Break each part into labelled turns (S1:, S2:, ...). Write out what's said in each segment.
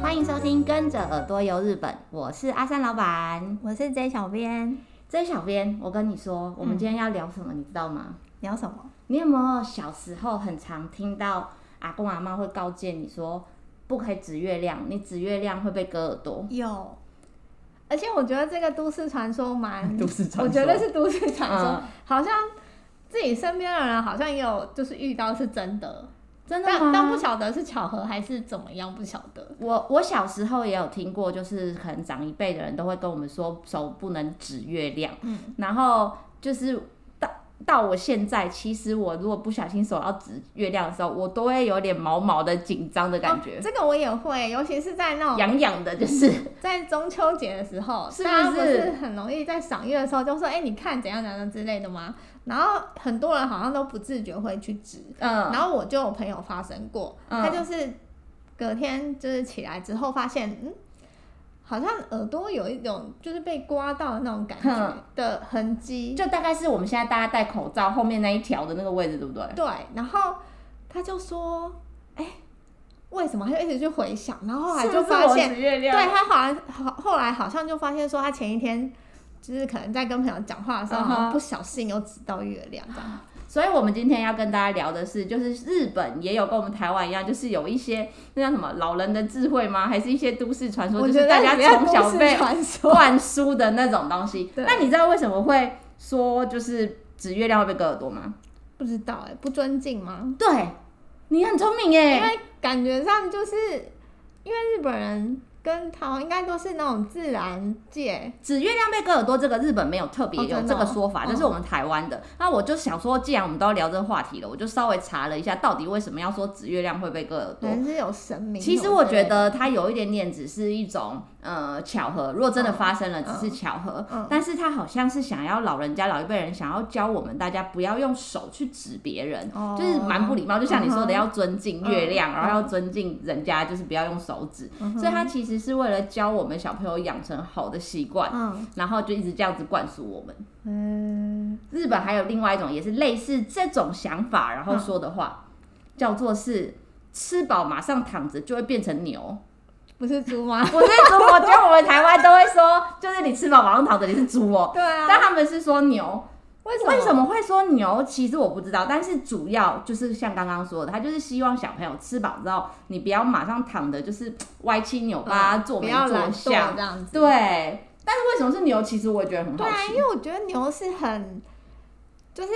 S1: 欢迎收听《跟着耳朵游日本》，我是阿三老板
S2: 我是 J 小编，
S1: 这小编。我跟你说，我们今天要聊什么，你知道吗？
S2: 聊什么？
S1: 你有没有小时候很常听到阿公阿妈会告诫你说，不可以指月亮，你指月亮会被割耳朵。
S2: 有，而且我觉得这个都市传说蛮，
S3: 都市传说
S2: 我觉得是都市传说，
S1: 嗯
S2: 好像自己身边的人好像也有就是遇到是真的，
S1: 真的吗？
S2: 但但不晓得是巧合还是怎么样，不晓得。
S1: 我我小时候也有听过，就是可能长一辈的人都会跟我们说手不能指月亮，
S2: 嗯
S1: 然后就是到到我现在，其实我如果不小心手要指月亮的时候，我都会有点毛毛的紧张的感觉
S2: 哦，这个我也会，尤其是在那种
S1: 痒痒、的，就是
S2: 在中秋节的时候，
S1: 是不
S2: 大家不
S1: 是
S2: 是很容易在赏月的时候就说：“哎、你看怎样怎样之类的吗？”然后很多人好像都不自觉会去指，
S1: 嗯
S2: 然后我就有朋友发生过，
S1: 嗯
S2: 他就是隔天就是起来之后发现，嗯，好像耳朵有一种就是被刮到的那种感
S1: 哼
S2: 觉的痕迹，
S1: 嗯就大概是我们现在大家戴口罩后面那一条的那个位置，对不对？
S2: 对，然后他就说，哎、为什么？他就一直去回想，然后后来
S1: 是不
S2: 哦就是发
S1: 我
S2: 现，
S1: 指月
S2: 对
S1: 亮，
S2: 他好像好后来好像就发现说，他前一天就是可能在跟朋友讲话的时候，
S1: 嗯哼
S2: 好像不小心有指到月亮这样。
S1: 所以，我们今天要跟大家聊的是，就是日本也有跟我们台湾一样，就是有一些那叫什么老人的智慧吗？还是一些都市传说，
S2: 我
S1: 就
S2: 觉
S1: 是
S2: 得
S1: 大家
S2: 比较
S1: 从小
S2: 都市
S1: 被
S2: 传说，
S1: 灌输的那种东西。
S2: 对
S1: 那你知道为什么会说就是指月亮会被割耳朵吗？
S2: 不知道哎、不尊敬吗？
S1: 对，你很聪明
S2: 因
S1: 哎，
S2: 为感觉上就是因为日本人跟台湾应该都是那种自然界，
S1: 指月亮被割耳朵这个日本没有特别
S2: 哦
S1: 有
S2: 真
S1: 这
S2: 的
S1: 个
S2: 哦
S1: 说法，
S2: 嗯
S1: 这是我们台湾的。那我就想说，既然我们都要聊这个话题了，我就稍微查了一下，到底为什么要说指月亮会被割耳
S2: 可
S1: 朵？
S2: 能是有神明什么之
S1: 其
S2: 类的。
S1: 实我觉得它有一点点只是一种呃巧合，如果真的发生了，
S2: 嗯
S1: 只是巧合。
S2: 嗯
S1: 但是它好像是想要老人家老一辈人想要教我们大家不要用手去指别人，
S2: 哦
S1: 就是蛮不礼貌。就像你说的，
S2: 嗯哼
S1: 要尊敬月亮，
S2: 嗯
S1: 然后要尊敬人家，就是不要用手指。
S2: 嗯哼
S1: 所以它其实是为了教我们小朋友养成好的习惯，
S2: 嗯
S1: 然后就一直这样子灌输我们。
S2: 嗯，
S1: 日本还有另外一种也是类似这种想法，然后说的话、叫做是吃饱马上躺着就会变成牛。
S2: 不是 猪吗？
S1: 不是猪，我觉得我们台湾都会说，就是你吃饱马上躺着，你是猪哦。
S2: 对啊，
S1: 但他们是说牛，
S2: 为什么？
S1: 为什么会说牛？其实我不知道，但是主要就是像刚刚说的，他就是希望小朋友吃饱之后，你不要马上躺着，就是歪七扭八、坐
S2: 不
S1: 没
S2: 要
S1: 坐
S2: 懒惰
S1: 相
S2: 这。样子？
S1: 对，啊但是为什么是牛？其实我也觉得很好
S2: 对啊，
S1: 奇。
S2: 因为我觉得牛是很，就是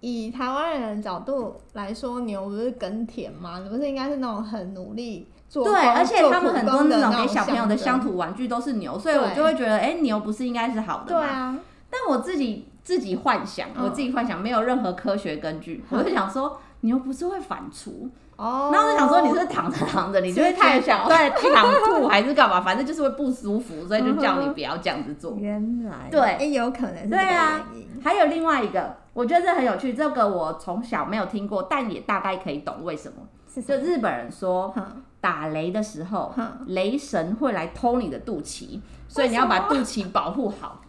S2: 以台湾人的角度来说，牛不是耕田吗？你不是应该是那种很努力做工
S1: 对，而且他们很
S2: 做
S1: 多
S2: 苦工的
S1: 那
S2: 那
S1: 种给小朋友的乡
S2: 象征
S1: 土玩具都是牛，所以我
S2: 对
S1: 就会觉得，哎、牛不是应该是好的
S2: 对
S1: 吗？
S2: 啊，
S1: 但我自己自己幻想，
S2: 嗯
S1: 我自己幻想没有任何科学根据，
S2: 嗯
S1: 我就想说。牛不是会反刍，
S2: 哦，
S1: 然后我就想说你是躺着躺着，你就会
S2: 吃
S1: 太
S2: 太饱
S1: 想对去躺吐还是干嘛，反正就是会不舒服，所以就
S2: 嗯
S1: 叫你不要这样子做。
S2: 原来
S1: 对
S2: 哎、有可能是这个
S1: 对啊
S2: 原因。
S1: 还有另外一个，我觉得这很有趣，这个我从小没有听过，但也大概可以懂为什么。
S2: 是
S1: 就
S2: 什
S1: 日本人说，
S2: 么？
S1: 打雷的时候
S2: 嗯，
S1: 雷神会来偷你的肚脐，所以你要
S2: 为什
S1: 把
S2: 么
S1: 肚脐保护好。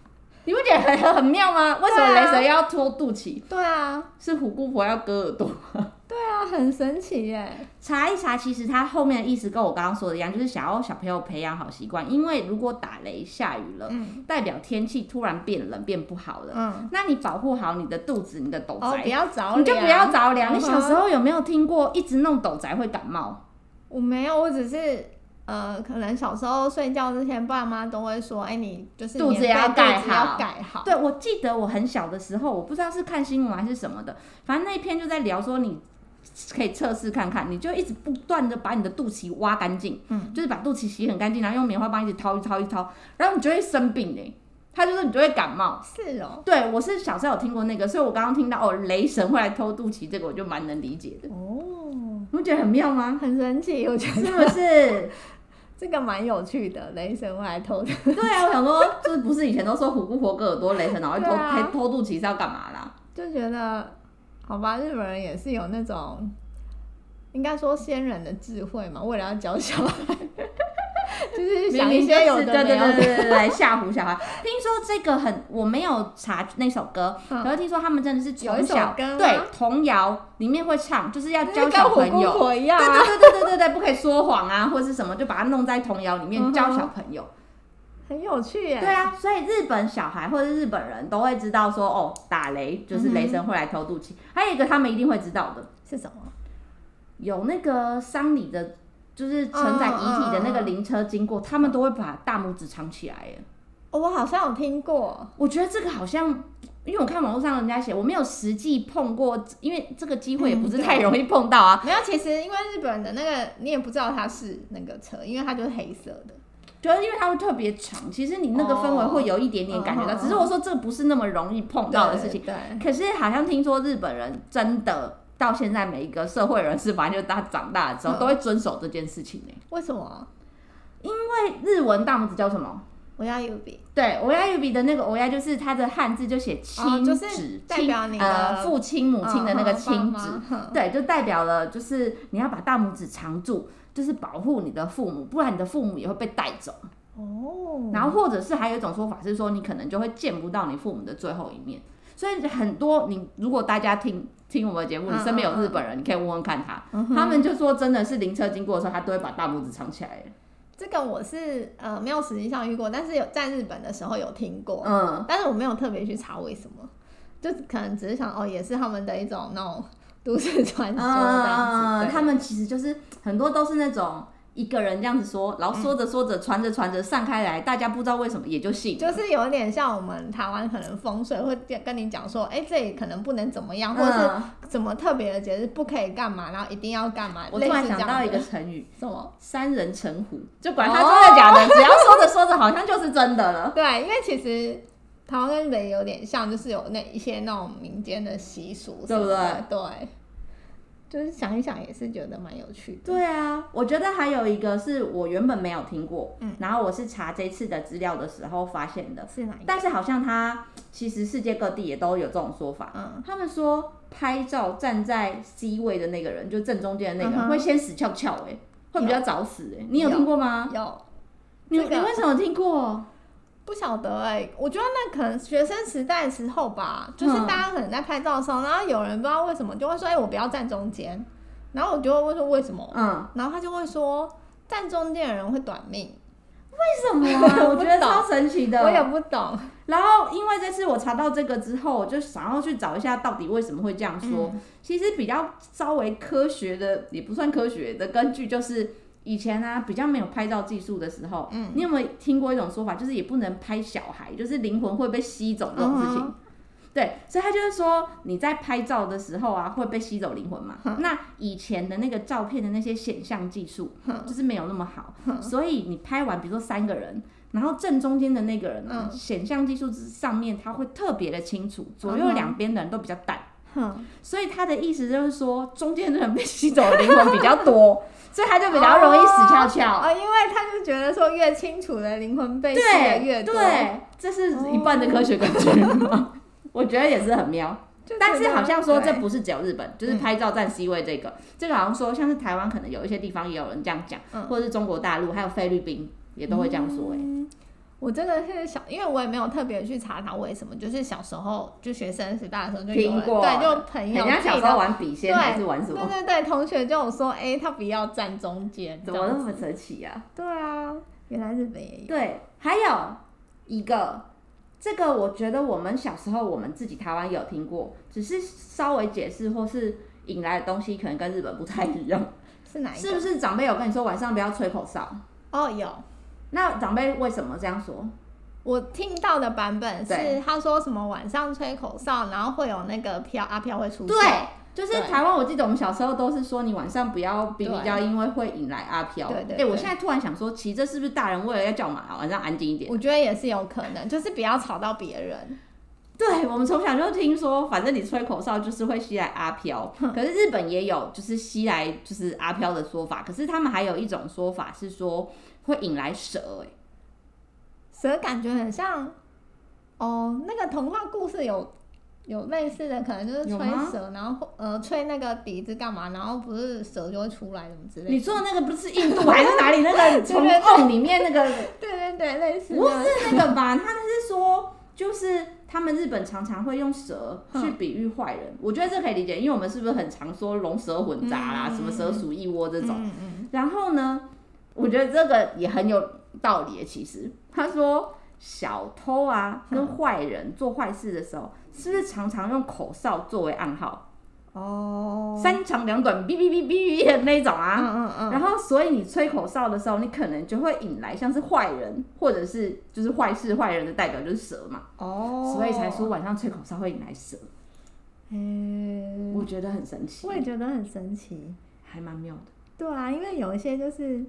S1: 你不觉得很很妙吗？为什么
S2: 对
S1: 雷
S2: 啊
S1: 神要偷肚脐？
S2: 对啊，
S1: 是虎姑婆要割耳朵。
S2: 对啊，很神奇耶！
S1: 查一查，其实它后面的意思跟我刚刚说的一样，就是想要小朋友培养好习惯，因为如果打雷下雨了，
S2: 嗯
S1: 代表天气突然变冷变不好了。
S2: 嗯，
S1: 那你保护好你的肚子，你的斗
S2: 哦，不
S1: 宅，
S2: 要着
S1: 你就不要着凉。
S2: 嗯哼
S1: 你小时候有没有听过一直弄斗宅会感冒？
S2: 我没有，我只是呃，可能小时候睡觉之前，爸妈都会说，哎、你就是
S1: 肚子
S2: 棉被
S1: 要
S2: 肚
S1: 盖
S2: 子
S1: 好
S2: 要盖好。
S1: 对，我记得我很小的时候，我不知道是看新闻还是什么的，反正那一篇就在聊说你可以测试看看，你就一直不断的把你的肚脐挖干净。
S2: 嗯，
S1: 就是把肚脐洗很干净，然后用棉花棒一直掏一掏一掏，然后你就会生病哎、他就是你就会感冒。
S2: 是哦。
S1: 对我是小时候有听过那个，所以我刚刚听到哦，雷神会来偷肚脐，这个我就蛮能理解的。
S2: 哦，
S1: 你不觉得很妙吗？
S2: 很神奇，我觉
S1: 是
S2: 得
S1: 不是？
S2: 这个蛮有趣的。雷神会来偷的，
S1: 对啊，我想说，就是不是以前都说虎姑婆割耳朵，雷神然后会偷、
S2: 对啊
S1: 还偷肚脐是要干嘛啦？
S2: 就觉得好吧，日本人也是有那种应该说先人的智慧嘛，为了要教小孩， 就是
S1: 明
S2: 想一
S1: 明就
S2: 些
S1: 是
S2: 有的
S1: 对
S2: 没
S1: 对
S2: 有
S1: 对对
S2: 的。
S1: 对来吓唬小孩。听说这个很，我没有查那首歌，
S2: 嗯
S1: 然后听说他们真的是
S2: 有一
S1: 从
S2: 首
S1: 小
S2: 歌吗
S1: 对童谣里面会唱，就是要
S2: 就是
S1: 教
S2: 跟
S1: 小
S2: 火
S1: 朋
S2: 姑
S1: 友。
S2: 婆一样
S1: 对
S2: 啊，嗯
S1: 对对对对对，不可以说谎啊，或者是什么，就把它弄在童谣里面教小朋友。
S2: 很有趣耶。
S1: 对啊，所以日本小孩或者日本人都会知道说，哦，打雷就是雷神会来偷肚
S2: 嗯
S1: 脐。还有一个他们一定会知道的，
S2: 是什么？
S1: 有那个丧礼的，就是承载遗体的
S2: 嗯
S1: 那个灵车经过，他们都会把大拇指藏起来。哎，
S2: 哦，我好像有听过。
S1: 我觉得这个好像。因为我看网络上人家写，我没有实际碰过，因为这个机会也不是
S2: 嗯
S1: 太容易碰到啊。
S2: 没有，其实因为日本的那个你也不知道它是那个车，因为它就是黑色的。
S1: 就是因为它会特别长，其实你那个氛围会有一点点感觉到，
S2: 哦
S1: 只是我说这不是那么容易碰到的事情。
S2: 对，
S1: 可是好像听说日本人真的到现在每一个社会人士，反正就他长大之后、
S2: 嗯
S1: 都会遵守这件事情呢、
S2: 为什么？
S1: 因为日文大拇指叫什么？
S2: 我要 U B，
S1: 对，欧亚 u 比的那个欧亚就是它的汉字就写亲
S2: 哦
S1: 子，
S2: 就
S1: 亲
S2: 是代表你的
S1: 呃父亲母亲
S2: 啊
S1: 的那个亲子，
S2: 嗯哼
S1: 对，就代表了就是你要把大拇指藏住，就是保护你的父母，不然你的父母也会被带走。
S2: 哦，
S1: 然后或者是还有一种说法是说，你可能就会见不到你父母的最后一面。所以很多你如果大家听听我们的节目，
S2: 嗯
S1: 你身边有日本人，你可以问问看他，
S2: 嗯哼
S1: 他们就说真的是灵车经过的时候，他都会把大拇指藏起来。
S2: 这个我是呃没有实际上遇过，但是有在日本的时候有听过，
S1: 嗯，
S2: 但是我没有特别去查为什么，就可能只是想哦，也是他们的一种那种都市传说这样
S1: 嗯，
S2: 子。
S1: 他们其实就是很多都是那种一个人这样子说，然后说着说着传着传着散开来，大家不知道为什么也就信
S2: 对
S1: 了。
S2: 嗯就是有点像我们台湾可能风水会跟你讲说，哎、这里可能不能怎么样，或者是
S1: 嗯，
S2: 什么特别的节日不可以干嘛，然后一定要干嘛。
S1: 我
S2: 啊类
S1: 突
S2: 似
S1: 然
S2: 这样
S1: 想到
S2: 的
S1: 一个成语
S2: 什么？哦
S1: “三人成虎”，就管他真的假的，只要说着说着好像就是真的了。
S2: 对，因为其实台湾跟日本有点像，就是有那一些那种民间的习俗什么的，对，就是想一想也是觉得蛮有趣的。
S1: 对啊，我觉得还有一个是我原本没有听过，
S2: 嗯
S1: 然后我是查这次的资料的时候发现的，
S2: 是哪一个？
S1: 但是好像它其实世界各地也都有这种说法。
S2: 嗯，
S1: 他们说拍照站在 C 位的那个人，就正中间的那个人、
S2: 嗯哼
S1: 会先死翘翘，哎，会比较早死、哎，你有
S2: 有
S1: 听过吗？
S2: 有
S1: 你、
S2: 这个哦
S1: 你为什么听过？
S2: 不晓得哎、我觉得那可能学生时代的时候吧，就是
S1: 嗯
S2: 大家可能在拍照的时候，然后有人不知道为什么就会说，哎、我不要站中间，然后我就会问说为什么，
S1: 嗯，
S2: 然后他就会说站中间的人会短命，
S1: 为什么 啊？我觉得
S2: 不懂
S1: 超神奇的。
S2: 我也不懂。
S1: 然后因为这次我查到这个之后，我就想要去找一下到底为什么会这样说。
S2: 嗯
S1: 其实比较稍微科学的，也不算科学的根据，就是以前啊比较没有拍照技术的时候，
S2: 嗯
S1: 你有没有听过一种说法，就是也不能拍小孩，就是灵魂会被吸走这种事情。
S2: 嗯
S1: 对，所以他就是说，你在拍照的时候啊，会被吸走灵魂嘛。
S2: 嗯
S1: 那以前的那个照片的那些显像技术，
S2: 嗯
S1: 就是没有那么好，所以你拍完，比如说三个人，然后正中间的那个人啊，显像技术之上面，它会特别的清楚，左右
S2: 嗯嗯哼
S1: 两边的人都比较淡。
S2: 哼，
S1: 所以他的意思就是说，中间的人被吸走的灵魂比较多， 所以他就比较容易死翘翘。
S2: 啊，因为他就觉得说越清楚的灵魂被吸的越
S1: 对
S2: 多，
S1: 对，这是一半的科学根据吗？我觉得也是很妙。
S2: 就觉得
S1: 但是好像说这
S2: 对嗯
S1: 不是只有日本，就是拍照占 C 位这个，这个好像说像是台湾可能有一些地方也有人这样讲，
S2: 嗯
S1: 或者是中国大陆还有菲律宾也都会这样说、欸。
S2: 嗯我真的是小，因为我也没有特别去查它为什么，就是小时候就学生时代的时候就有
S1: 听
S2: 人
S1: 过
S2: 对，就朋友
S1: 人家
S2: 自己
S1: 小时
S2: 的
S1: 候玩笔仙
S2: 嗯对
S1: 还是玩什
S2: 对
S1: 么，
S2: 对对，同学就有说，哎、他不要站中间，
S1: 怎么
S2: 这
S1: 那
S2: 样
S1: 么
S2: 子
S1: 神奇呀、啊？
S2: 对啊，原来日本也有，
S1: 对，还有一个，这个我觉得我们小时候我们自己台湾有听过，只是稍微解释或是引来的东西可能跟日本不太一样，
S2: 是哪一个？
S1: 是不是？长辈有跟你说晚上不要吹口哨，
S2: 哦，有，
S1: 那长辈为什么这样说？
S2: 我听到的版本
S1: 对
S2: 是他说什么晚上吹口哨，然后会有那个飘阿飘会出现，
S1: 对。就是
S2: 对
S1: 台湾，我记得我们小时候都是说你晚上不要比比
S2: 对
S1: 较，因为会引来阿飘。
S2: 对对
S1: 哎我
S2: 对
S1: 现在突然想说，其实这是不是大人为了要叫我们晚上安静一点？
S2: 我觉得也是有可能，就是不要吵到别人。
S1: 对，我们从小就听说，反正你吹口哨就是会吸来阿飘，可是日本也有就是吸来就是阿飘的说法，可是他们还有一种说法是说会引来蛇、欸，
S2: 蛇感觉很像，哦，那个童话故事有有类似的，可能就是
S1: 有
S2: 吹
S1: 吗
S2: 蛇，然后呃吹那个笛子干嘛，然后不是蛇就会出来什么之类
S1: 你
S2: 的。
S1: 做的那个不是印 度还是哪里那个从瓮里面那个
S2: 对对对，类似
S1: 不
S2: 的。
S1: 是那个吧？他那是说，就是他们日本常常会用蛇去比喻坏人，我觉得这可以理解，因为我们是不是很常说龙蛇混杂啦，
S2: 嗯
S1: 什么蛇鼠一窝这种？
S2: 嗯嗯，
S1: 然后呢，我觉得这个也很有道理耶。其实他说，小偷啊跟坏人做坏事的时候，是不是常常用口哨作为暗号，
S2: 哦，
S1: 三长两短，哔哔哔哔哔 的那种啊？
S2: 嗯嗯嗯，
S1: 然后，所以你吹口哨的时候，你可能就会引来像是坏人，或者是就是坏事坏人的代表就是蛇嘛，
S2: 哦，
S1: 所以才说晚上吹口哨会引来蛇，
S2: 嗯，
S1: 我觉得很神奇
S2: 我，也觉得很神奇。
S1: 还蛮妙的，
S2: 对啊，因为有一些就是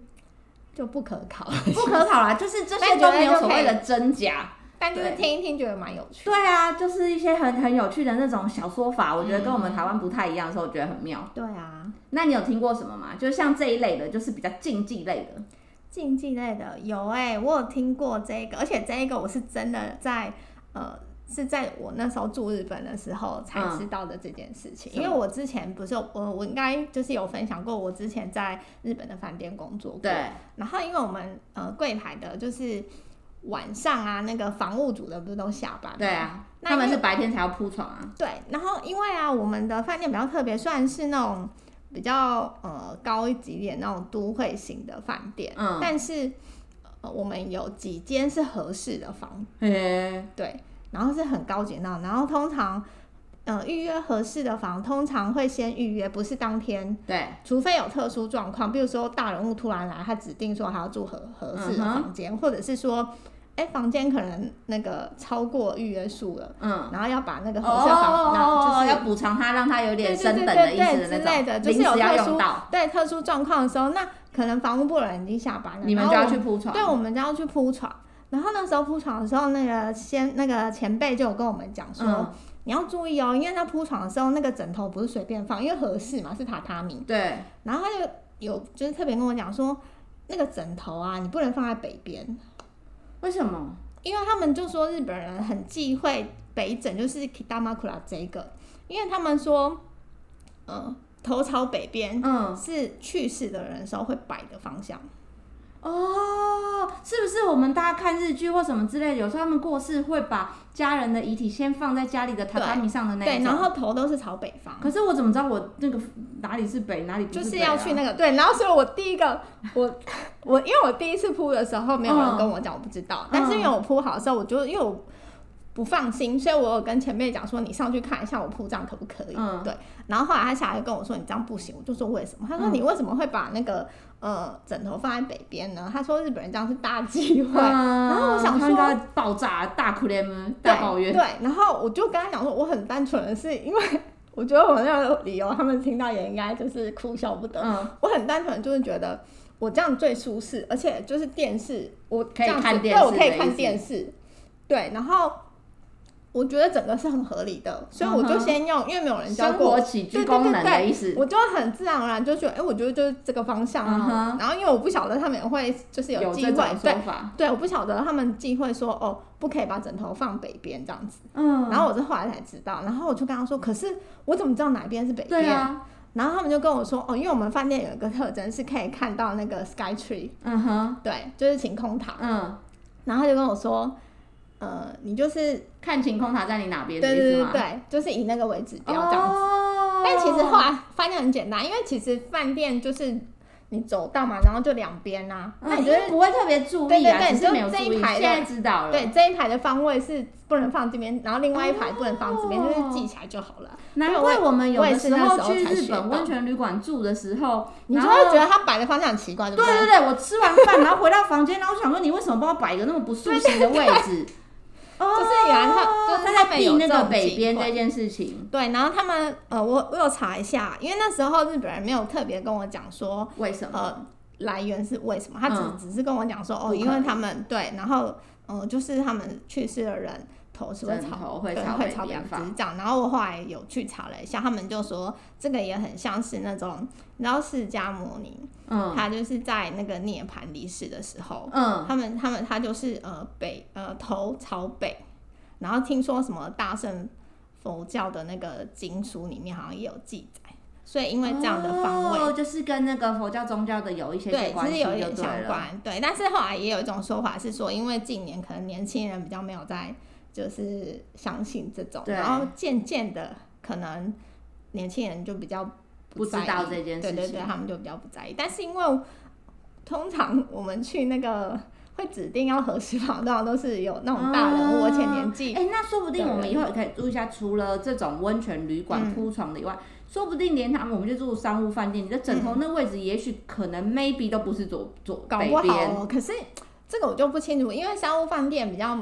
S2: 就不可考，
S1: 不可考啦，就是这
S2: 但
S1: 些
S2: 觉
S1: 都
S2: 得
S1: 没有
S2: 就
S1: 所
S2: 可以
S1: 谓的真 假。
S2: 但就是
S1: 对
S2: 听一听觉得蛮有趣。
S1: 对啊，就是一些很很有趣的那种小说法，我觉得跟我们台湾不太一样，所以我觉得很妙。
S2: 对啊，
S1: 嗯那你有听过什么吗？就是像这一类的，就是比较竞技类的，
S2: 竞技类的有哎、我有听过这个，而且这一个我是真的在呃是在我那时候住日本的时候才
S1: 嗯
S2: 知道的这件事情，
S1: 是
S2: 因为
S1: 吗
S2: 我之前不是有呃我我应该就是有分享过，我之前在日本的饭店工作过，
S1: 对，
S2: 然后因为我们呃柜台的就是晚上啊那个房务组的不是都下班吗
S1: 对啊，
S2: 那
S1: 他们
S2: 因为
S1: 是白天才要铺床啊，
S2: 对，然后因为啊，我们的饭店比较特别，算是那种比较呃高一级点那种都会型的饭店，
S1: 嗯
S2: 但是、呃、我们有几间是合适的房，
S1: 嘿，
S2: 对，然后是很高级那种，然后通常呃预约合适的房，通常会先预约，不是当天。
S1: 对，
S2: 除非有特殊状况，比如说大人物突然来，他指定说他要住合合适的
S1: 嗯哼
S2: 房间，或者是说，哎、房间可能那个超过预约数了，
S1: 嗯。
S2: 然后要把那个
S1: 哦
S2: 合适的房，然后就是
S1: 要补偿他，让他有点
S2: 对
S1: 升
S2: 对
S1: 等
S2: 对
S1: 的
S2: 对
S1: 意
S2: 对
S1: 思的
S2: 之
S1: 那
S2: 类
S1: 种，
S2: 的，就
S1: 临
S2: 是有
S1: 时要
S2: 特殊
S1: 用到，
S2: 对特殊状况的时候，那可能房屋部的人已经下班了，
S1: 你们
S2: 然
S1: 就
S2: 后
S1: 要
S2: 我
S1: 去铺床。
S2: 对，我们就要去铺床。然后那时候铺床的时候，那个先那个前辈就有跟我们讲说，
S1: 嗯，
S2: 你要注意哦，因为他铺床的时候，那个枕头不是随便放，因为合适嘛，是榻榻米。
S1: 对，
S2: 然后他就有就是特别跟我讲说，那个枕头啊，你不能放在北边，
S1: 为什么？
S2: 因为他们就说日本人很忌讳北枕，就是 kitamakura 这一个，因为他们说，呃，头朝北边
S1: 嗯，
S2: 是去世的人的时候会摆的方向。
S1: 哦，是不是我们大家看日剧或什么之类的，有时候他们过世会把家人的遗体先放在家里的榻榻米上的那一
S2: 对，
S1: 种
S2: 然后头都是朝北方，
S1: 可是我怎么知道我那个哪里是北，哪里不
S2: 就是是
S1: 北啊
S2: 要去那个对。然后所以我第一个我我因为我第一次铺的时候没有人
S1: 嗯
S2: 跟我讲，我不知道，但是因为我铺好的时候，我就因为我。不放心，所以我有跟前辈讲说，你上去看一下我铺这样可不可以？
S1: 嗯
S2: 对。然后后来他下来就跟我说，你这样不行。我就说为什么？他说
S1: 嗯
S2: 你为什么会把那个、呃枕头放在北边呢？他说日本人这样是大忌讳。
S1: 嗯，
S2: 然后我想
S1: 他应
S2: 说
S1: 该爆炸大哭怜吗？大抱怨
S2: 对。，对然后我就跟他讲说，我很单纯的是，因为 我觉得我那个理由，他们听到也应该就是哭笑不得。
S1: 嗯，
S2: 我很单纯，就是觉得我这样最舒适，而且就是电视，我
S1: 可以
S2: 这样子
S1: 看电
S2: 对，
S1: 视
S2: 我可以
S1: 的意
S2: 看
S1: 思
S2: 电视，对，然后我觉得整个是很合理的，所以我就
S1: 嗯哼
S2: 先用，因为没有人教
S1: 生
S2: 过我
S1: 活起居
S2: 对对
S1: 功
S2: 对
S1: 能
S2: 对
S1: 的意思。
S2: 我就很自然而然就觉得，哎、我觉得就是这个方向啊。
S1: 嗯哼
S2: 然后因为我不晓得他们也会就是
S1: 有
S2: 忌
S1: 这
S2: 讳
S1: 种，
S2: 对
S1: 说法，
S2: 对，我不晓得他们忌讳说哦，不可以把枕头放北边这样子。
S1: 嗯，
S2: 然后我是后来才知道，然后我就跟他说，可是我怎么知道哪边是北边？
S1: 对啊，
S2: 然后他们就跟我说，哦，因为我们饭店有一个特征是可以看到那个 sky tree，
S1: 嗯哼，
S2: 对，就是晴空塔。
S1: 嗯，
S2: 然后他就跟我说，呃，你就是
S1: 看晴空塔在你哪边
S2: 对
S1: 的
S2: 对
S1: 意思
S2: 对
S1: 吗？
S2: 对，就是以那个为指标这样子。
S1: 哦
S2: 但其实后来发现很简单，因为其实饭店就是你走道嘛，然后就两边啊，那
S1: 那
S2: 你
S1: 你
S2: 就、
S1: 就是是不会特别注
S2: 对
S1: 意
S2: 对
S1: 啊，
S2: 对
S1: 只是没有
S2: 就这一
S1: 注意，
S2: 排的
S1: 现在知道了。
S2: 对，这一排的方位是不能放这边，然后另外一排不能放这边，
S1: 哦
S2: 就是记起来就好了。
S1: 难怪我们有
S2: 我也
S1: 的
S2: 是
S1: 时
S2: 那时
S1: 候
S2: 候
S1: 去
S2: 才
S1: 日
S2: 学到
S1: 本温泉旅馆住的时候，
S2: 你就
S1: 然
S2: 会
S1: 后
S2: 觉得它摆的方向很奇怪，对不
S1: 对对对，我吃完 饭然后回到房间，然后我想说你为什么帮我摆一个那么不舒适的位置？哦
S2: 就是原来他就是
S1: 他
S2: 他
S1: 在
S2: 们
S1: 避
S2: 有
S1: 那
S2: 这
S1: 个
S2: 种
S1: 北
S2: 情
S1: 边
S2: 况
S1: 这件事情，
S2: 对，然后他们呃，我我有查一下，因为那时候日本人没有特别跟我讲说
S1: 为什么？
S2: 呃来源是为什么，他只、
S1: 嗯
S2: 只是跟我讲说哦，
S1: 不
S2: 因
S1: 可
S2: 为
S1: 能
S2: 他们对，然后呃就是他们去世的人头是会
S1: 枕
S2: 朝
S1: 头会
S2: 对
S1: 朝
S2: 会
S1: 北
S2: 朝北
S1: 边
S2: 只
S1: 放
S2: 是这样。然后我后来有去查了一下，他们就说这个也很像是那种，你知道释迦牟尼，
S1: 嗯
S2: 他就是在那个涅槃离世的时候，
S1: 嗯，
S2: 他们他们他就是呃北呃头朝北，然后听说什么大圣佛教的那个经书里面好像也有记载，所以因为这样的方位，
S1: 哦、就是跟那个佛教宗教的有一些些
S2: 对，
S1: 关
S2: 其
S1: 系
S2: 实
S1: 就
S2: 有
S1: 对
S2: 点相
S1: 了。
S2: 关。对，但是后来也有一种说法是说，因为近年可能年轻人比较没有在就是相信这种，
S1: 对
S2: 然后渐渐的可能年轻人就比较
S1: 不知
S2: 在意
S1: 道这件事情
S2: 对对对，他们就比较不在意。但是因为通常我们去那个会指定要核实房，通常都是有那种大人物，而且年纪
S1: 哎、那说不定我们以后也可以住一下，除了这种温泉旅馆
S2: 嗯
S1: 铺床的以外，说不定连他们我们就住商务饭店，你的枕头那位置也许可能 maybe 都不是左左
S2: 嗯搞
S1: 北
S2: 不好、
S1: 边，
S2: 哦，可是这个我就不清楚，因为商务饭店比较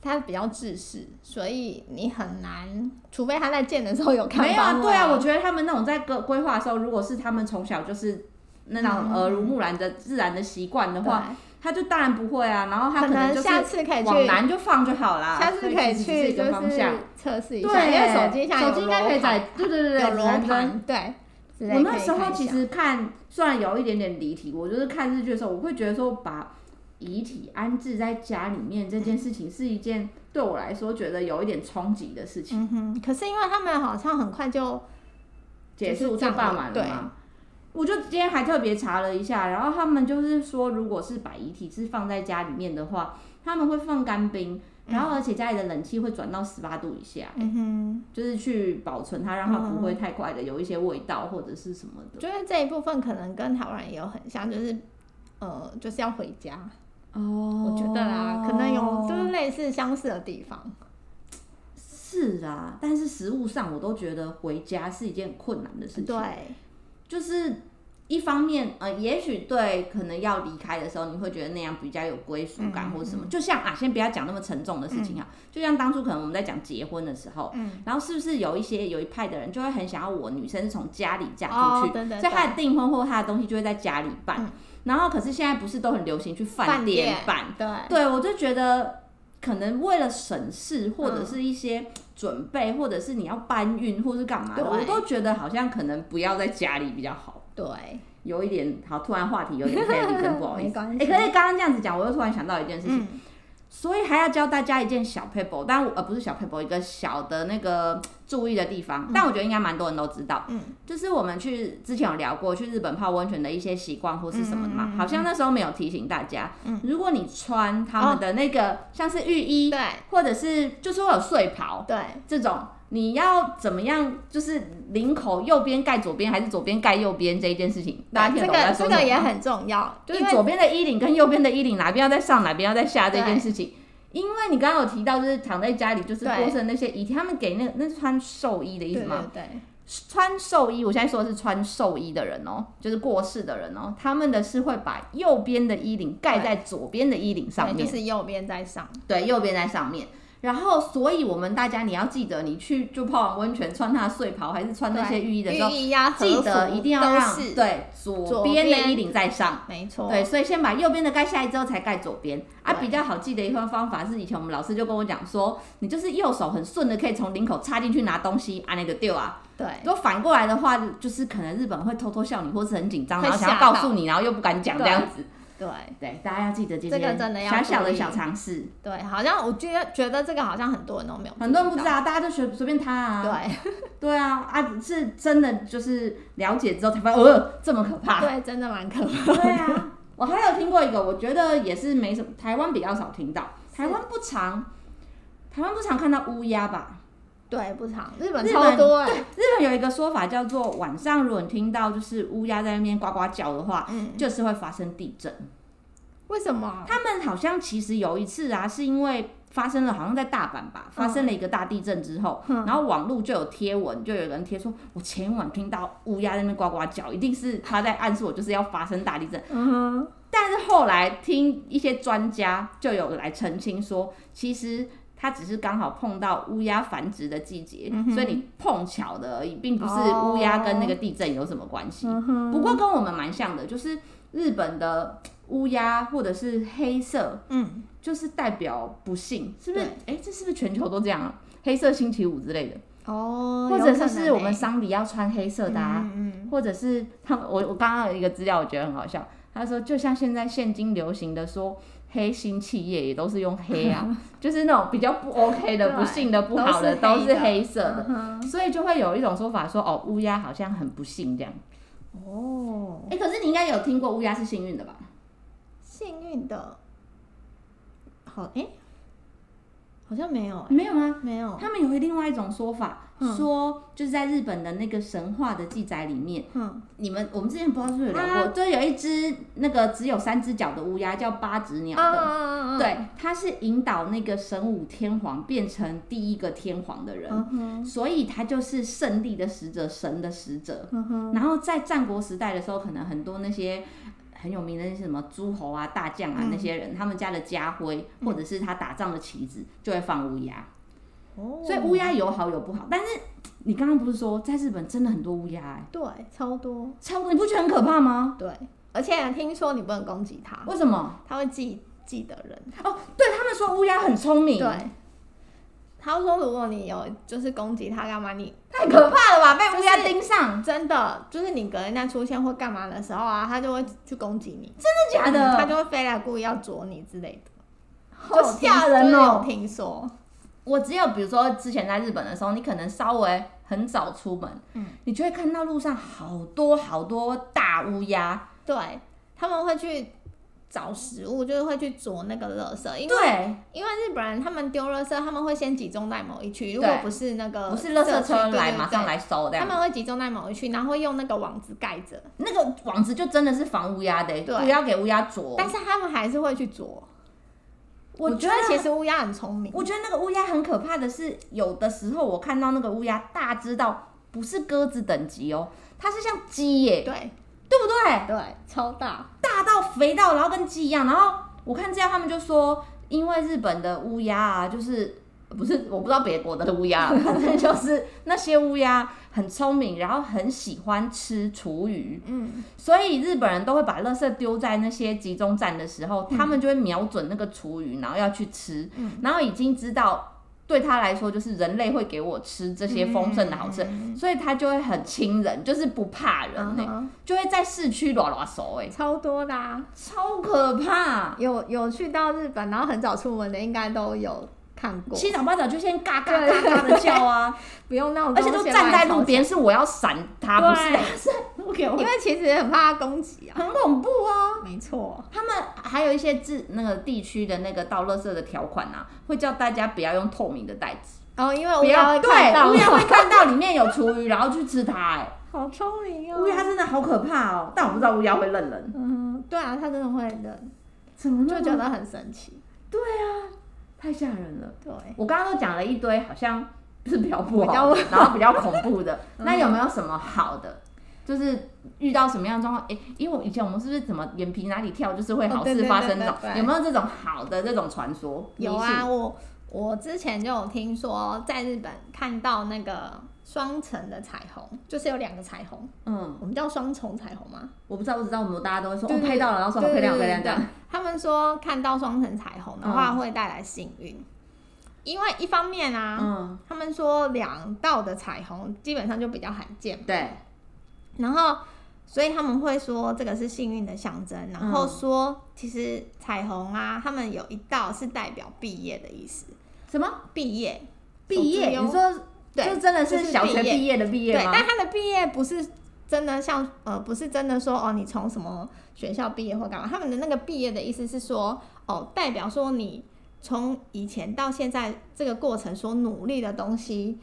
S2: 它比较制式，所以你很难，除非他在建的时候有看
S1: 没有啊，
S2: 方位
S1: 对啊，我觉得他们那种在规规划的时候，如果是他们从小就是那
S2: 嗯
S1: 种耳濡目染的自然的习惯的话，他就当然不会啊，然后
S2: 对
S1: 他
S2: 可
S1: 能
S2: 能
S1: 就是
S2: 下次可以
S1: 往
S2: 去，
S1: 南就放就好啦，
S2: 下次可
S1: 以
S2: 以去就
S1: 个方向
S2: 是。测试一下，
S1: 对，
S2: 因为手机上有
S1: 手机应该可以
S2: 罗盘
S1: 载，对对对对，
S2: 有
S1: 指
S2: 罗
S1: 南针
S2: 盘，对。之类
S1: 我
S2: 可
S1: 那
S2: 以
S1: 时候
S2: 看一
S1: 其
S2: 下
S1: 实看，虽然有一点点离题，我就是看日剧的时候，我会觉得说把遗体安置在家里面这件事情是一件对我来说觉得有一点冲击的事情。
S2: 嗯哼，可是因为他们好像很快就
S1: 结束
S2: 就是
S1: 就
S2: 这样
S1: 办完了
S2: 对
S1: 嘛。我就今天还特别查了一下，然后他们就是说，如果是把遗体是放在家里面的话，他们会放干冰，然后而且家里的冷气会转到十八度以下，
S2: 嗯哼，
S1: 就是去保存它，让它不
S2: 哦
S1: 会太快的有一些味道或者是什么的。
S2: 觉得这一部分可能跟台湾人也有很像，就是呃，就是要回家，
S1: 哦
S2: 我觉得啦，可能有就是类似相似的地方。
S1: 是啊，但是实物上我都觉得回家是一件很困难的事情。，
S2: 对，
S1: 就是一方面，呃，也许对可能要离开的时候，你会觉得那样比较有归属
S2: 嗯
S1: 感或者什么。就像啊，先不要讲那么沉重的事情啊，就像当初可能我们在讲结婚的时候，
S2: 嗯，
S1: 然后是不是有一些有一派的人就会很想要我女生是从家里嫁
S2: 哦
S1: 出去，
S2: 对对
S1: 所以她的
S2: 对
S1: 订婚或她的东西就会在家里办。
S2: 嗯
S1: 然后可是现在不是都很流行去饭
S2: 饭店嗯
S1: 店办，
S2: 对，
S1: 对，我就觉得可能为了省事，或者是一些准备，或者是你要搬运，或是干嘛的，
S2: 对
S1: 我都觉得好像可能不要在家里比较好。
S2: 对，
S1: 有一点好，突然话题有点 heavy，真不好意
S2: 没
S1: 思。哎、
S2: 关
S1: 可
S2: 系
S1: 是刚刚这样子讲，我又突然想到一件事情，
S2: 嗯，
S1: 所以还要教大家一件小 paper，但我呃不是小 paper，一个小的那个注意的地方，但我觉得应该蛮多人都知道，
S2: 嗯，
S1: 就是我们去之前有聊过去日本泡温泉的一些习惯或是什么的嘛，
S2: 嗯嗯嗯嗯
S1: 好像那时候没有提醒大家，
S2: 嗯哦
S1: 如果你穿他们的那个、像是浴衣，
S2: 对
S1: 或者是就是会有睡袍
S2: 对，
S1: 这种。你要怎么样？就是领口右边盖左边，还是左边盖右边这一件事情，大家听得
S2: 这
S1: 懂我在
S2: 个
S1: 说
S2: 这
S1: 什
S2: 个
S1: 么
S2: 也
S1: 吗
S2: 很重要，
S1: 就
S2: 因
S1: 是
S2: 为
S1: 左边的衣领跟右边的衣领哪边要在上，哪边要在下这件事情。因为你刚刚有提到，就是躺在家里就是
S2: 对
S1: 过剩那些遗体，他们给那那是穿寿衣的意
S2: 对
S1: 思吗？
S2: 对对，
S1: 穿寿衣，我现在说的是穿寿衣的人哦，就是过世的人哦，他们的是会把右边的衣领盖在左边的衣领上
S2: 对就
S1: 面，
S2: 是右边在上，
S1: 对，右边在上面。然后，所以我们大家你要记得，你去就泡完温泉穿他的睡袍，还是穿那些
S2: 对
S1: 浴衣的时候，
S2: 浴衣呀，和
S1: 记得
S2: 服
S1: 一定要
S2: 都
S1: 让
S2: 是，
S1: 对左
S2: 左
S1: 边的
S2: 边
S1: 衣领在上。
S2: 没错，
S1: 对，所以先把右边的盖下来之后，才盖左边啊，
S2: 对
S1: 比较好记的一个方法是，以前我们老师就跟我讲说，你就是右手很顺的，可以从领口插进去拿东西，啊，那个丢啊。
S2: 对
S1: 如果反过来的话，就是可能日本会偷偷笑你，或是很紧张，
S2: 会
S1: 然后想要
S2: 吓到
S1: 告诉你，然后又不敢讲这
S2: 对
S1: 样子。
S2: 对
S1: 对，大家要记得这
S2: 这个
S1: 些
S2: 真的要
S1: 小小的
S2: 注意
S1: 小常识，
S2: 对，好像我觉得觉得这个好像很多人都没有，
S1: 很多人不知，道，大家就随随便他啊。
S2: 对
S1: 对啊，啊，是真的就是了解之后才发现，呃，这么可怕。
S2: 对，真的蛮可怕，
S1: 对啊，我还有听过一个，我觉得也是没什么，台湾比较少听到，台湾不常，台湾不常看到乌鸦吧？
S2: 对，不长，日本
S1: 日
S2: 超
S1: 本
S2: 多哎，
S1: 日本有一个说法叫做晚上如果你听到就是乌鸦在那边呱呱叫的话，
S2: 嗯，
S1: 就是会发生地震。
S2: 为什么？
S1: 他们好像其实有一次啊，是因为发生了，好像在大阪吧，发生了一个大地震之后，然后网络就有贴文，就有人贴说，我前一晚听到乌鸦在那边呱呱叫，一定是他在暗示我就是要发生大地震。
S2: 嗯哼，
S1: 但是后来听一些专家就有来澄清说，其实它只是刚好碰到乌鸦繁殖的季节，
S2: 嗯
S1: 所以你碰巧的而已，并不是乌鸦跟那个地震有什么关系。
S2: 嗯
S1: 不过跟我们蛮像的，就是日本的乌鸦或者是黑色，
S2: 嗯，
S1: 就是代表不幸，是不是？哎
S2: 对、
S1: 这是不是全球都这样啊？黑色星期五之类的，
S2: 哦，
S1: 或
S2: 有
S1: 者
S2: 可
S1: 是
S2: 能
S1: 是我
S2: 欸
S1: 们丧礼要穿黑色的啊，
S2: 嗯嗯
S1: 或者是他们，我我刚刚有一个资料，我觉得很好笑，他说就像现在现今流行的说黑心企业也都是用黑啊， 就是那种比较不 OK 的、
S2: 对
S1: 不幸的、不好的
S2: 都
S1: 啊都
S2: 是黑的
S1: 是黑色的，
S2: 嗯
S1: 所以就会有一种说法说，哦，乌鸦好像很不幸这样。
S2: 哼哦，
S1: 哎、可是你应该有听过乌鸦是幸运的吧？
S2: 幸运的，好哎、好像没有哎、
S1: 没有吗？
S2: 没有，
S1: 他们有另外一种说法，
S2: 嗯
S1: 说就是在日本的那个神话的记载里面，
S2: 嗯，
S1: 你们我们之前不知道是不是有聊过，
S2: 啊
S1: 就有一只那个只有三只脚的乌鸦叫八只鸟
S2: 啊
S1: 的，
S2: 啊
S1: 对，，他是引导那个神武天皇变成第一个天皇的人，
S2: 嗯哼，
S1: 所以他就是胜利的使者，神的使者。
S2: 嗯哼，
S1: 然后在战国时代的时候，可能很多那些很有名的那些什么诸侯啊、大将啊、
S2: 嗯
S1: 那些人，他们家的家徽或者是他打仗的旗子，就会放乌鸦。
S2: 哦
S1: 所以乌鸦有好有不好，但是你刚刚不是说在日本真的很多乌鸦、欸，
S2: 哦对超多，
S1: 超你不觉得很可怕吗？
S2: 对，而且听说你不能攻击它，
S1: 为什么？
S2: 它会记记得人。
S1: 哦，对他们说乌鸦很聪明，
S2: 对，他说如果你有就是攻击他干嘛，你
S1: 太可怕了吧？被乌鸦
S2: 就是
S1: 盯上，
S2: 真的就是你隔一旦出现或干嘛的时候啊，他就会去攻击你，嗯
S1: 真的假的？
S2: 他就会飞来故意要啄你之类的。
S1: 好吓人哦！
S2: 就是有听说，
S1: 我只有比如说之前在日本的时候，你可能稍微很早出门，
S2: 嗯
S1: 你就会看到路上好多好多大乌鸦，
S2: 对，他们会去找食物，就是会去啄那个垃圾，因为
S1: 对，
S2: 因为日本人他们丢垃圾，他们会先集中在某一区，如果
S1: 对
S2: 不是那个
S1: 不是垃圾
S2: 社区
S1: 车
S2: 对
S1: 来
S2: 对
S1: 马
S2: 对
S1: 上来收这
S2: 他
S1: 样，
S2: 们会集中在某一区，然后会用那个网子盖着，
S1: 那个网子就真的是防乌鸦的、
S2: 对
S1: 不要给乌鸦啄。
S2: 但是他们还是会去啄。我
S1: 觉
S2: 觉
S1: 得
S2: 得其实乌鸦很聪明，
S1: 我觉得那个乌鸦很可怕的是，有的时候我看到那个乌鸦，大知道不是鸽子等级哦，它是像鸡耶，
S2: 对
S1: 对不对？
S2: 对，超大，
S1: 大到肥到，然后跟鸡一样。然后我看这样，他们就说，因为日本的乌鸦啊，就是不是我不知道别国的乌鸦啊， 反正就是那些乌鸦很聪明，然后很喜欢吃厨余，
S2: 嗯，
S1: 所以日本人都会把垃圾丢在那些集中站的时候，他们就会瞄准那个厨余，然后要去吃，
S2: 嗯
S1: 然后已经知道。对他来说，就是人类会给我吃这些丰盛的好吃，
S2: 嗯
S1: 所以他就会很亲人，就是不怕人呢、
S2: 嗯
S1: 就会在市区拉拉手哎、
S2: 哼超多的啊、
S1: 超可怕！
S2: 有有去到日本，然后很早出门的应该都有看过，
S1: 七早八早就先嘎嘎嘎嘎的叫啊，
S2: 不用 闹钟，
S1: 而且都站在路
S2: 先
S1: 边，是我要闪它，不是
S2: 对
S1: 它是不给
S2: 外跑
S1: 我
S2: 起来，因，为其实很怕它攻击啊，
S1: 很恐怖啊！
S2: 没错，
S1: 他们还有一些自那个地区的那个倒垃圾的条款啊，会叫大家不要用透明的袋子，
S2: 然、哦后因为
S1: 不
S2: 乌鸦
S1: 哦要
S2: 会
S1: 对
S2: 看到
S1: 乌鸦 会
S2: 我，
S1: 看到里面有厨余，然后去吃它、 欸。
S2: 好聪明哦，
S1: 乌鸦真的好可怕哦！但我不知道乌鸦会认人，
S2: 嗯，对啊，它真的会冷，
S1: 怎么
S2: 就
S1: 就
S2: 觉
S1: 觉得
S2: 得很神奇，
S1: 太吓人了。
S2: 对，
S1: 我刚刚都讲了一堆，好像是比较不
S2: 比
S1: 好
S2: 较
S1: 的， 然后比较恐怖 的。
S2: 嗯
S1: 那有没有什么好的？就是遇到什么样的状况？诶，因为我以前我们是不是怎么眼皮哪里跳，就是会好
S2: 哦对
S1: 事
S2: 对
S1: 发生
S2: 对
S1: 那种？
S2: 对对
S1: 有没有这种好的这种传说？
S2: 有
S1: 迷
S2: 啊，
S1: 信，
S2: 我我之前就有听说，在日本看到那个双层的彩虹，就是有两个彩虹，
S1: 嗯，
S2: 我们叫双重彩虹吗？
S1: 我不知道，我知道我们大家都会说
S2: 对
S1: 哦
S2: 对
S1: 拍到了，然后说好
S2: 对
S1: 漂亮漂
S2: 对
S1: 亮这
S2: 对
S1: 样。
S2: 他们说看到双层彩虹的话会带来幸运，因为一方面啊，
S1: 嗯，
S2: 他们说两道的彩虹基本上就比较罕见，
S1: 对，
S2: 然后。所以他们会说这个是幸运的象征，然后说其实彩虹啊，他们有一道是代表毕业的意思，
S1: 什么
S2: 毕业，
S1: 毕业？
S2: 手之
S1: 你
S2: 忧
S1: 说
S2: 对
S1: 就真的
S2: 就是是
S1: 小
S2: 毕
S1: 学
S2: 业
S1: 毕业的毕业
S2: 对，
S1: 吗？
S2: 但他的毕业不是真的像呃，不是真的说哦，你从什么学校毕业或干嘛？他们的那个毕业的意思是说哦，代表说你从以前到现在这个过程所努力的东西，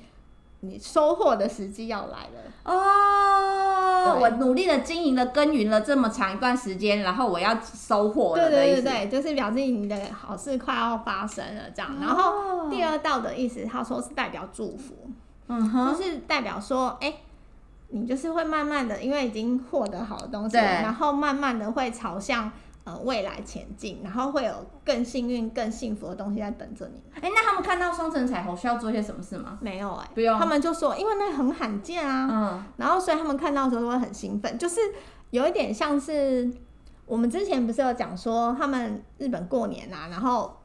S2: 你收获的时机要来了。
S1: 哦，
S2: 对
S1: 我努力的经营了、耕耘了这么长一段时间，然后我要收获
S2: 对
S1: 了的意
S2: 对
S1: 思。
S2: 对对，就是表示你的好事快要发生了这样。然后
S1: 啊后
S2: 第二道的意思，他说是代表祝福，
S1: 嗯哼，
S2: 就是代表说，哎、你就是会慢慢的，因为已经获得好的东西了，
S1: 对
S2: 然后慢慢的会朝向呃未来前进，然后会有更幸运、更幸福的东西在等着你。
S1: 哎、那他们看到双层彩虹需要做些什么事吗？
S2: 没有哎、
S1: 不用
S2: 他们就说，因为那很罕见啊，
S1: 嗯，
S2: 然后所以他们看到的时候都会很兴奋，就是有一点像是我们之前不是有讲说，他们日本过年啊，然后。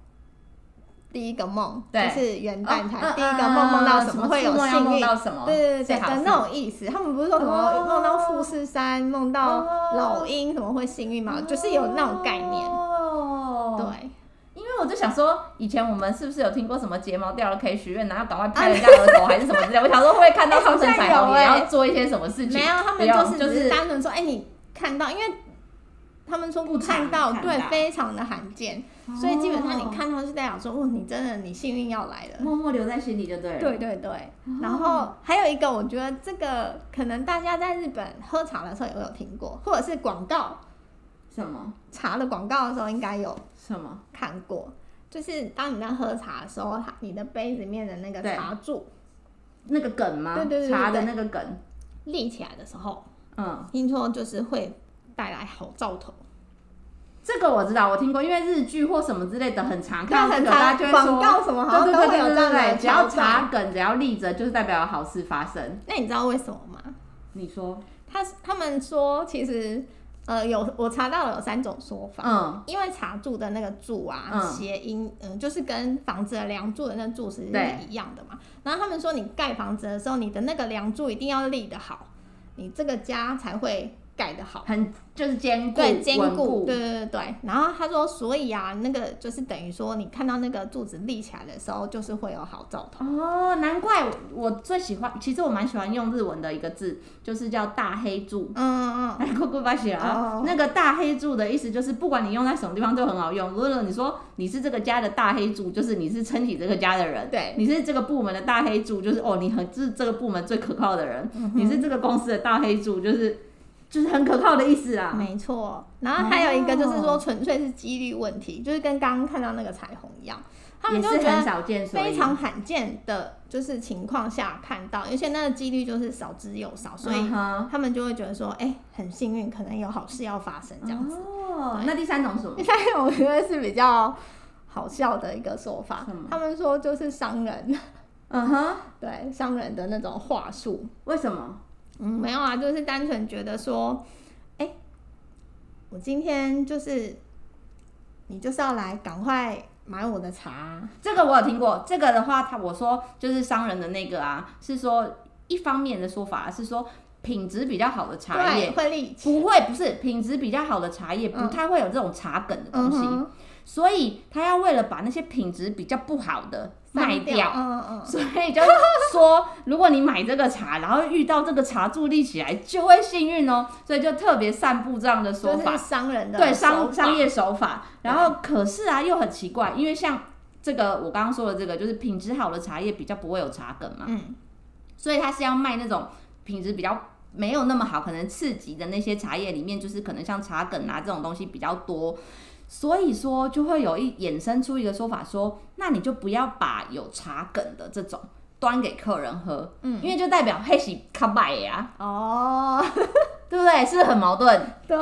S2: 第一个梦就
S1: 对
S2: 是元旦才、
S1: 哦
S2: 第一一个梦梦到什么会有
S1: 做梦要
S2: 幸
S1: 梦
S2: 运，
S1: 到什么？
S2: 对对对
S1: 哦最好
S2: 的
S1: 是
S2: 那种意思。他们不是说什么
S1: 哦
S2: 梦到富士山、梦到
S1: 哦
S2: 老鹰什么会幸运吗？就是有那种概念。
S1: 哦，
S2: 对，
S1: 因为我就想说，以前我们是不是有听过什么睫毛掉了可以许愿，然后赶快拍人家额头还是什么之类？我想说会不会看到上层彩
S2: 好像
S1: 虹
S2: 有
S1: 也要
S2: 欸
S1: 做一些什么事情
S2: 没？有，他
S1: 不
S2: 们
S1: 用
S2: 就是
S1: 就
S2: 只是
S1: 是
S2: 单纯说，哎、你看到，因为他们说
S1: 不
S2: 看
S1: 常
S2: 到，
S1: 看
S2: 对，
S1: 到哦
S2: 非常的罕见，所以基本上你看到就代表说，哦，你真的你幸运要来了
S1: 哦。默默留在心里就对了。
S2: 对对对，
S1: 哦
S2: 然后还有一个，我觉得这个可能大家在日本喝茶的时候也有听过，或者是广告
S1: 什么
S2: 茶的广告的时候应该有
S1: 什么？
S2: 看过，就是当你在喝茶的时候，它你的杯子里面的那个
S1: 对
S2: 茶柱
S1: 那个梗吗？
S2: 对对对对
S1: 茶的
S2: 对
S1: 那个梗，
S2: 立起来的时候，
S1: 嗯，
S2: 听说就是会带来好兆头。
S1: 这个我知道，我听过，因为日剧或什么之类的很常
S2: 对
S1: 看到
S2: 很
S1: 这个，啊大家
S2: 常
S1: 就会
S2: 广
S1: 说，
S2: 告什么好像
S1: 对
S2: 都
S1: 对
S2: 会
S1: 对
S2: 有
S1: 对
S2: 这样
S1: 对
S2: 的
S1: 对，只要
S2: 桥段
S1: 茶梗只要立着，就是代表有好事发生。
S2: 那你知道为什么吗？
S1: 你说，
S2: 他他们说其实呃有我查到了有三种说法，
S1: 嗯，
S2: 因为茶柱的那个柱啊，
S1: 嗯
S2: 谐音嗯、呃就是跟房子的梁柱的那柱其实
S1: 对
S2: 是一样的嘛。然后他们说你盖房子的时候，你的那个梁柱一定要立得好，你这个家才会盖得好。
S1: 很就是坚固，
S2: 对，坚
S1: 稳
S2: 固，对对对对。然后他说，所以啊，那个就是等于说，你看到那个柱子立起来的时候，就是会有好兆头。
S1: 哦，难怪我我最喜欢，其实我蛮喜欢用日文的一个字，就是叫大黑柱。
S2: 嗯嗯
S1: 哎，酷酷巴西
S2: 哦
S1: 啊！那个大黑柱的意思就是，不管你用在什么地方都很好用。如果你说你是这个家的大黑柱，就是你是撑起这个家的人；
S2: 嗯，对，
S1: 你是这个部门的大黑柱，就是哦，你很是这个部门最可靠的人；你是这个公司的大黑柱，就是就是很可靠的意思啊。
S2: 没错。然后还有一个就是说，纯粹是几率问题，就是跟刚刚看到那个彩虹一样，他们
S1: 也
S2: 就是觉得
S1: 很少见，所以
S2: 非常罕见的，就是情况下看到，而且那个几率就是少之又少，所以
S1: 嗯哼
S2: 他们就会觉得说，哎、很幸运，可能有好事要发生这样子。
S1: 哦，那第三种是什么
S2: 第？三个我觉得是比较好笑的一个说法
S1: 什么，
S2: 他们说就是商人，
S1: 嗯哼，
S2: 对商人的那种话术，
S1: 为什么？
S2: 嗯，没有啊，就是单纯觉得说，哎、我今天就是你就是要来赶快买我的茶啊，
S1: 这个我有听过，这个的话，他我说就是商人的那个啊，是说一方面的说法是说品质比较好的茶
S2: 对，
S1: 叶
S2: 会立起
S1: 不会，不是品质比较好的茶叶
S2: 嗯
S1: 不太会有这种茶梗的东
S2: 嗯
S1: 西，
S2: 哼，
S1: 所以他要为了把那些品质比较不好的卖
S2: 删
S1: 掉。
S2: 嗯嗯嗯。
S1: 所以就是说，如果你买这个茶，然后遇到这个茶柱立起来，就会幸运哦。所以就特别散布这样的说
S2: 就
S1: 法
S2: 是，商人的
S1: 对
S2: 手
S1: 商
S2: 法
S1: 商业手法。然后可是啊，又很奇怪，因为像这个我刚刚说的这个，就是品质好的茶叶比较不会有茶梗嘛，
S2: 嗯，
S1: 所以它是要卖那种品质比较。没有那么好，可能刺激的那些茶叶里面，就是可能像茶梗啊这种东西比较多，所以说就会有一衍生出一个说法说，那你就不要把有茶梗的这种端给客人喝，嗯，因为就代表黑喜卡拜呀，
S2: 哦，
S1: 对不对？是不是很矛盾？
S2: 对，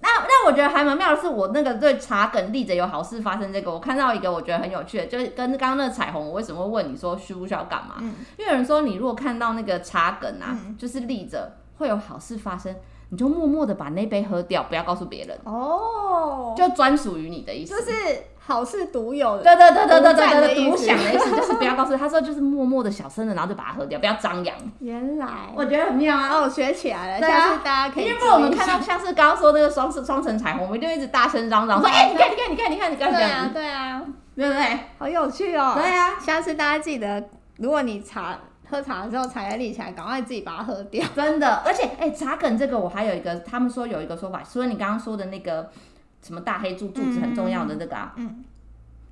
S1: 那那我觉得还蛮妙的是，我那个对茶梗立着有好事发生这个，我看到一个我觉得很有趣的，就是跟刚刚那个彩虹，我为什么会问你说需不需要干嘛？
S2: 嗯
S1: 因为有人说你如果看到那个茶梗啊，
S2: 嗯
S1: 就是立着会有好事发生，你就默默的把那杯喝掉，不要告诉别人，
S2: 哦，
S1: 就专属于你的意思。
S2: 就是好事独有的，
S1: 对对对对对
S2: 独占的
S1: 对
S2: 意
S1: 对，
S2: 思
S1: 独享的意思就是不要告 诉他说就是默默的小声的，然后就把它喝掉，不要张扬。
S2: 原来，
S1: 觉得很妙啊
S2: 哦，我学起来了，
S1: 对啊
S2: 下次大家可以
S1: 因
S2: 注
S1: 为
S2: 意一
S1: 不
S2: 下，
S1: 然我们看到像是刚刚说那个双双层彩虹，我们就一直大声嚷嚷说：“哎、你看，你看，你看，你看，你看，这
S2: 对
S1: 样
S2: 啊
S1: 子，
S2: 对啊，
S1: 对不对？”
S2: 好有趣哦，
S1: 对啊，
S2: 下次大家记得，如果你茶喝茶的时候茶叶立起来，赶快自己把它喝掉，
S1: 真的，而且哎、茶梗这个我还有一个，他们说有一个说法，除了你刚刚说的那个什么大黑柱柱子很重要的这个啊，
S2: 嗯，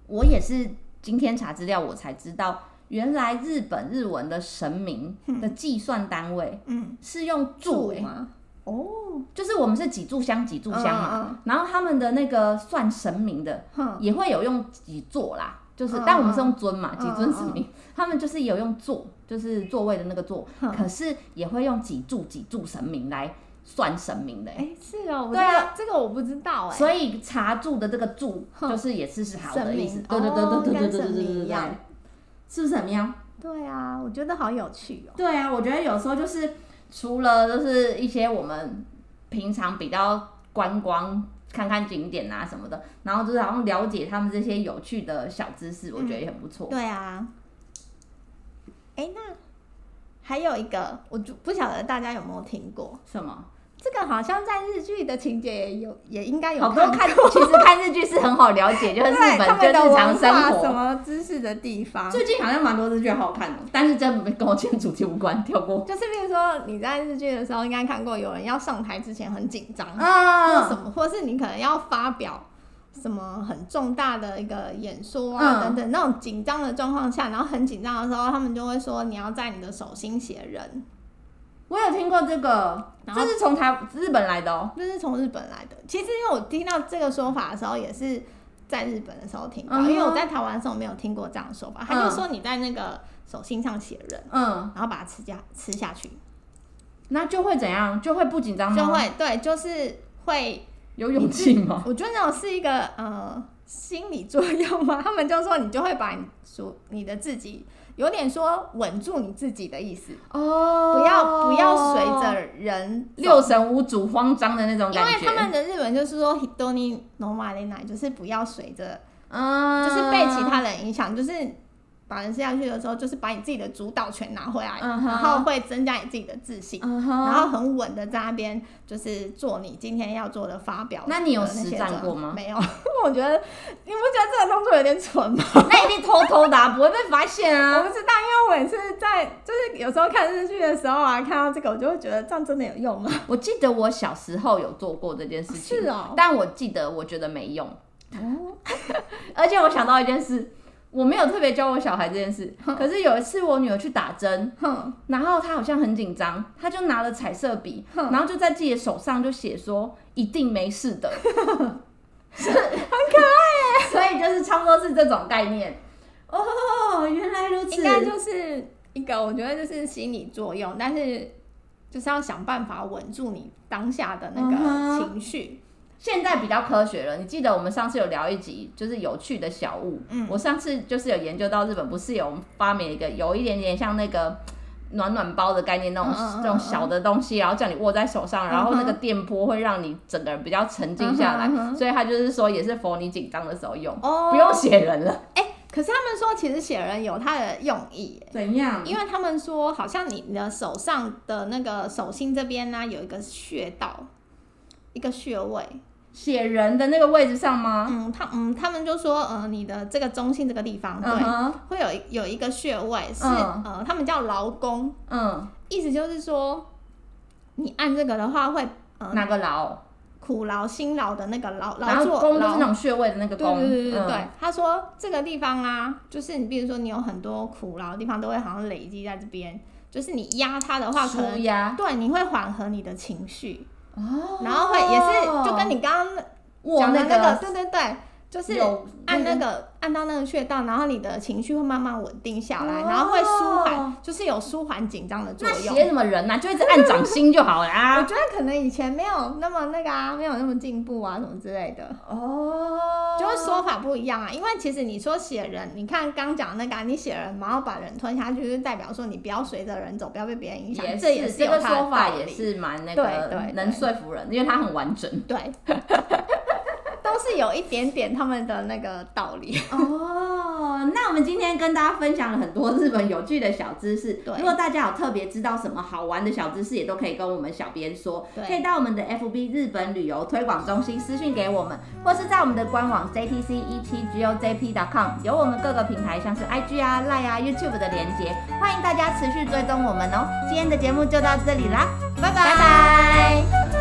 S1: 我也是今天查资料我才知道，原来日本日文的神明的计算单位
S2: 嗯，
S1: 是用柱、
S2: 住
S1: 欸，
S2: 嗯吗？哦，
S1: 就是我们是几炷香几炷香嘛，
S2: 嘛，
S1: 然后他们的那个算神明的
S2: 哼，
S1: 也会有用几座啦，就是
S2: 嗯
S1: 但我们是用尊嘛，
S2: 嗯
S1: 几尊神明，他们就是有用座，就是座位的那个座，
S2: 嗯
S1: 可是也会用几柱几柱神明来算神明的欸。
S2: 哎，是哦，我
S1: 对啊
S2: 这个，这个我不知道哎，
S1: 所以茶柱的这个柱
S2: 哼
S1: 就是也是是好的意思，
S2: 神
S1: 对
S2: 明
S1: 对对
S2: 哦
S1: 对对对
S2: 跟
S1: 对
S2: 神
S1: 对对
S2: 明
S1: 对
S2: 一
S1: 对
S2: 样，
S1: 是不是很妙？
S2: 对啊，我觉得好有趣哦。
S1: 对啊，我觉得有时候就是除了就是一些我们平常比较观光看看景点啊什么的，然后就是好像了解他们这些有趣的小知识，我觉
S2: 嗯
S1: 得也很不错。
S2: 对啊，哎、那还有一个，我就不晓得大家有没有听过，
S1: 什么？
S2: 这个好像在日剧的情节也有，也应该有
S1: 好多
S2: 看
S1: 看，其实看日剧是很好了解，就是
S2: 对
S1: 日
S2: 他
S1: 本就
S2: 们的
S1: 日常
S2: 文化
S1: 生
S2: 什
S1: 活。
S2: 么知识的地方。
S1: 最近好像蛮多日剧好好看的，但是真的跟我今天主题无关，跳过。
S2: 就是比如说你在日剧的时候，应该看过有人要上台之前很紧张，或者
S1: 嗯
S2: 什么，或者是你可能要发表什么很重大的一个演
S1: 嗯
S2: 说啊、等等那种紧张的状况下，然后很紧张的时候，他们就会说你要在你的手心写人，
S1: 我有听过这个，
S2: 然后
S1: 这是从台日本来的哦。
S2: 这是从日本来的。其实因为我听到这个说法的时候，也是在日本的时候听到，
S1: 嗯哼
S2: 因为我在台湾的时候没有听过这样的说法。他就说你在那个手心上写人，
S1: 嗯，
S2: 然后把它吃下吃下去，
S1: 那就会怎样？就会不紧张吗？
S2: 就会对，就是会
S1: 有勇气吗？
S2: 我觉得那种是一个呃心理作用嘛， 他们就说你就会把你属你的自己，有点说稳住你自己的意思，
S1: 哦
S2: 不要不要随着人走
S1: 六。神无主、慌张的那哦种
S2: 因
S1: 感
S2: 为
S1: 觉。
S2: 他们的日文就是说 “hidoni no m a r e n a 就是不要随着，
S1: 嗯，
S2: 就是被其他人影响，就是把人吃下去的时候，就是把你自己的主导权拿回来，
S1: 嗯哼
S2: 然后会增加你自己的自信，
S1: 嗯哼，
S2: 然后很稳的在那边就是做你今天要做的发表的
S1: 那
S2: 那些
S1: 你有
S2: 作
S1: 实战过吗
S2: 没有， 我觉得你不觉得这个动作有点蠢吗？
S1: 那一定偷偷的、啊，不会被发现
S2: 我
S1: 啊。
S2: 不知道，因为我也是在就是有时候看日剧的时候啊，看到这个我就会觉得这样真的有用吗？
S1: 我记得我小时候有做过这件事情，
S2: 是哦
S1: 但我记得我觉得没用。哦 而且我想到一件事，我没有特别教我小孩这件事，可是有一次我女儿去打针，
S2: 哼，
S1: 然后她好像很紧张，她就拿了彩色笔，
S2: 哼
S1: 然后就在自己的手上就写说一定没事 的，很可爱耶。所以就是差不多是这种概念。哦，原来如
S2: 应该就是一个我觉得就是心理作用，但是就是要想办法稳住你当下的那
S1: 嗯哼
S2: 个情绪。
S1: 现在比较科学了。你记得我们上次有聊一集，就是有趣的小物。
S2: 嗯
S1: 我上次就是有研究到日本，不是有发明一个有一点点像那个嗯暖暖包的概念，那种、
S2: 嗯嗯嗯嗯
S1: 这种小的东西，然后叫你握在手上，然后
S2: 嗯哼
S1: 那个电波会让你整个人比较沉静下来。
S2: 嗯哼嗯哼
S1: 所以他就是说，也是佛你紧张的时候用，
S2: 哦
S1: 不用写人了。
S2: 哎、可是他们说其实写人有它的用意耶、
S1: 怎样
S2: 因为他们说，好像你的手上的那个手心这边呢、有一个穴道，一个穴位。
S1: 写人的那个位置上吗？
S2: 嗯，他嗯，他们就说，呃，你的这个中心这个地方，对，
S1: 嗯哼，
S2: 会有一有一个穴位是、
S1: 嗯
S2: 呃，他们叫劳宫，
S1: 嗯，
S2: 意思就是说，你按这个的话会呃
S1: 哪个牢？
S2: 苦劳辛劳的那个劳
S1: 然
S2: 劳
S1: 后
S2: 作
S1: 宫就是
S2: 劳
S1: 那种穴位的那个宫。
S2: 对对对对对，
S1: 嗯
S2: 他说这个地方啊，就是你比如说你有很多苦劳的地方都会好像累积在这边，就是你压它的话，可
S1: 舒
S2: 能
S1: 压
S2: 对你会缓和你的情绪，
S1: 哦
S2: 然后会也是就跟你刚刚
S1: 握
S2: 讲的
S1: 那
S2: 那个，对对对，就是
S1: 有嗯
S2: 按那
S1: 个
S2: 个按到那个穴道，然后你的情绪会慢慢稳定下来，
S1: 哦
S2: 然后会舒缓，就是有舒缓紧张的作
S1: 那
S2: 用。
S1: 写什么人呐、就一直按掌心就好了
S2: 我
S1: 啊。
S2: 觉得可能以前没有那么那个啊，没有那么进步啊，什么之类的。
S1: 哦
S2: 就是说法不一样啊，因为其实你说写人，你看刚讲那个啊、你写人，然后把人吞下去，就是代表说你不要随着人走，不要被别人影响，
S1: 也
S2: 这也
S1: 是
S2: 是
S1: 这
S2: 有
S1: 个
S2: 它的
S1: 说法
S2: 道
S1: 也
S2: 理，
S1: 是蛮那个
S2: 对对对
S1: 能说服人，因为它很完整。
S2: 对， 都是有一点点他们的那个道理。
S1: 哦，那我们今天跟大家分享了很多日本有趣的小知识。
S2: 对
S1: 如果大家有特别知道什么好玩的小知识，也都可以跟我们小编说，
S2: 对
S1: 可以到我们的 FB 日本旅游推广中心私讯给我们，或是在我们的官网 JTC 一七 GOJP.com 有我们各个平台像是 IG 啊、Line 啊、YouTube 的连接，欢迎大家持续追踪我们哦。今天的节目就到这里啦，拜拜